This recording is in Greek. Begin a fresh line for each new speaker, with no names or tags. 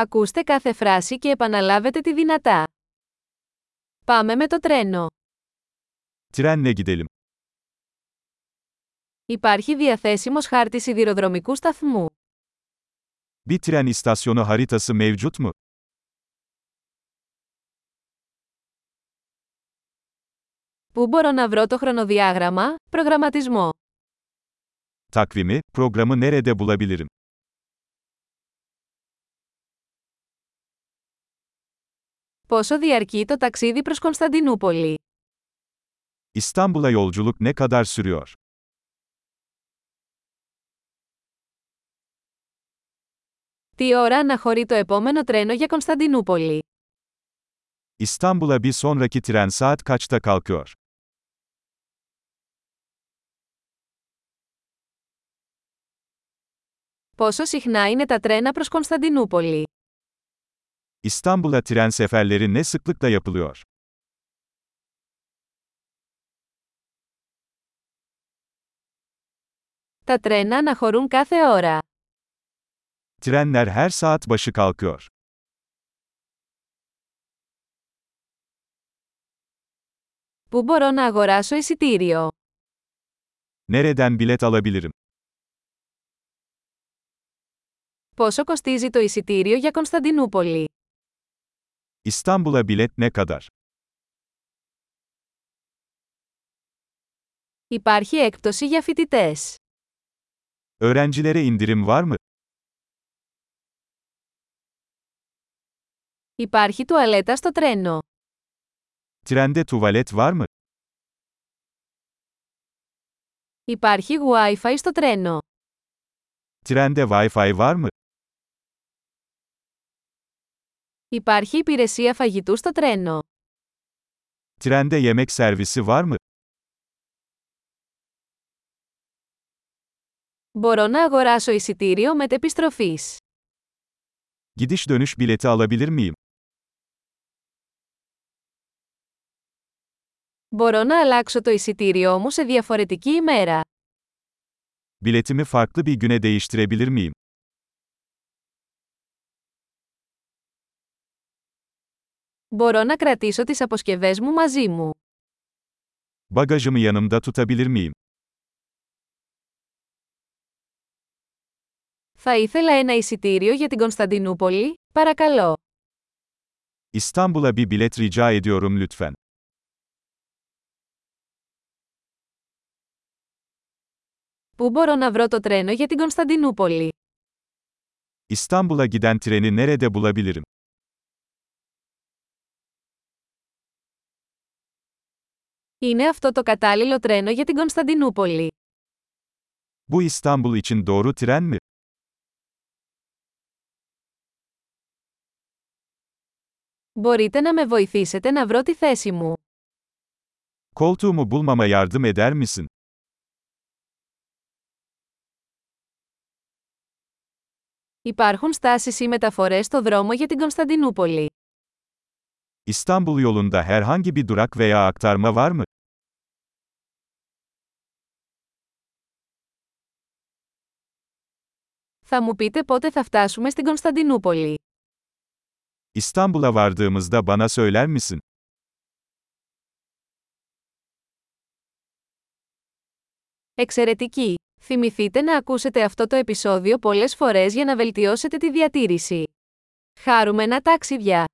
Ακούστε κάθε φράση και επαναλάβετε τη δυνατά. Πάμε με το τρένο.
Trenle gidelim.
Υπάρχει διαθέσιμος χάρτης σιδηροδρομικού σταθμού.
Bir tren istasyonu haritası mevcut mu?
Πού μπορώ να βρω το χρονοδιάγραμμα, προγραμματισμό.
Takvimi, programı nerede bulabilirim?
Πόσο διαρκεί το ταξίδι προς Κωνσταντινούπολη.
İstanbul'a yolculuk ne kadar sürüyor?
Τι ώρα αναχωρεί το επόμενο τρένο για Κωνσταντινούπολη.
İstanbul'a bir sonraki tren saat kaçta kalkıyor?
Πόσο συχνά είναι τα τρένα προς Κωνσταντινούπολη.
İstanbul'a tren seferleri ne sıklıkla yapılıyor?
Τα τρένα αναχωρούν κάθε ώρα.
Trenler her saat başı kalkıyor.
Πού μπορώ να αγοράσω εισιτήριο.
Nereden bilet alabilirim?
Πόσο κοστίζει το εισιτήριο για Κωνσταντινούπολη.
İstanbul'a bilet ne kadar?
Υπάρχει έκπτωση για φοιτητές.
Öğrencilere indirim var mı?
Υπάρχει τουαλέτα στο τρένο.
Trende tuvalet var mı?
Υπάρχει Wi-Fi στο τρένο.
Trende Wi-Fi var mı?
Υπάρχει υπηρεσία φαγητού στο τρένο.
Trende yemek servisi var mı?
Μπορώ να αγοράσω εισιτήριο μετεπιστροφής.
Gidiş dönüş bileti alabilir miyim?
Μπορώ να αλλάξω το εισιτήριό μου σε διαφορετική ημέρα.
Biletimi farklı bir güne değiştirebilir miyim?
Μπορώ να κρατήσω τις αποσκευές μου μαζί μου.
Bagajımı yanımda tutabilir miyim?
Θα ήθελα ένα εισιτήριο για την Κωνσταντινούπολη, παρακαλώ.
İstanbul'a bir bilet rica ediyorum lütfen.
Πού μπορώ να βρω το τρένο για την Κωνσταντινούπολη.
İstanbul'a giden treni nerede bulabilirim?
Είναι αυτό το κατάλληλο τρένο για την Κωνσταντινούπολη.
Bu İstanbul için doğru tren mi?
Μπορείτε να με βοηθήσετε να βρω τη θέση μου.
Koltuğumu bulmama yardım eder misin?
Υπάρχουν στάσεις ή μεταφορές στο δρόμο για την Κωνσταντινούπολη.
İstanbul yolunda herhangi bir durak veya aktarma var mı?
Θα μου πείτε πότε θα φτάσουμε στην Κωνσταντινούπολη.
İstanbul'a vardığımızda bana söyler misin?
Εξαιρετική! Θυμηθείτε να ακούσετε αυτό το επεισόδιο πολλές φορές για να βελτιώσετε τη διατήρηση. Χάρουμενα ταξίδια!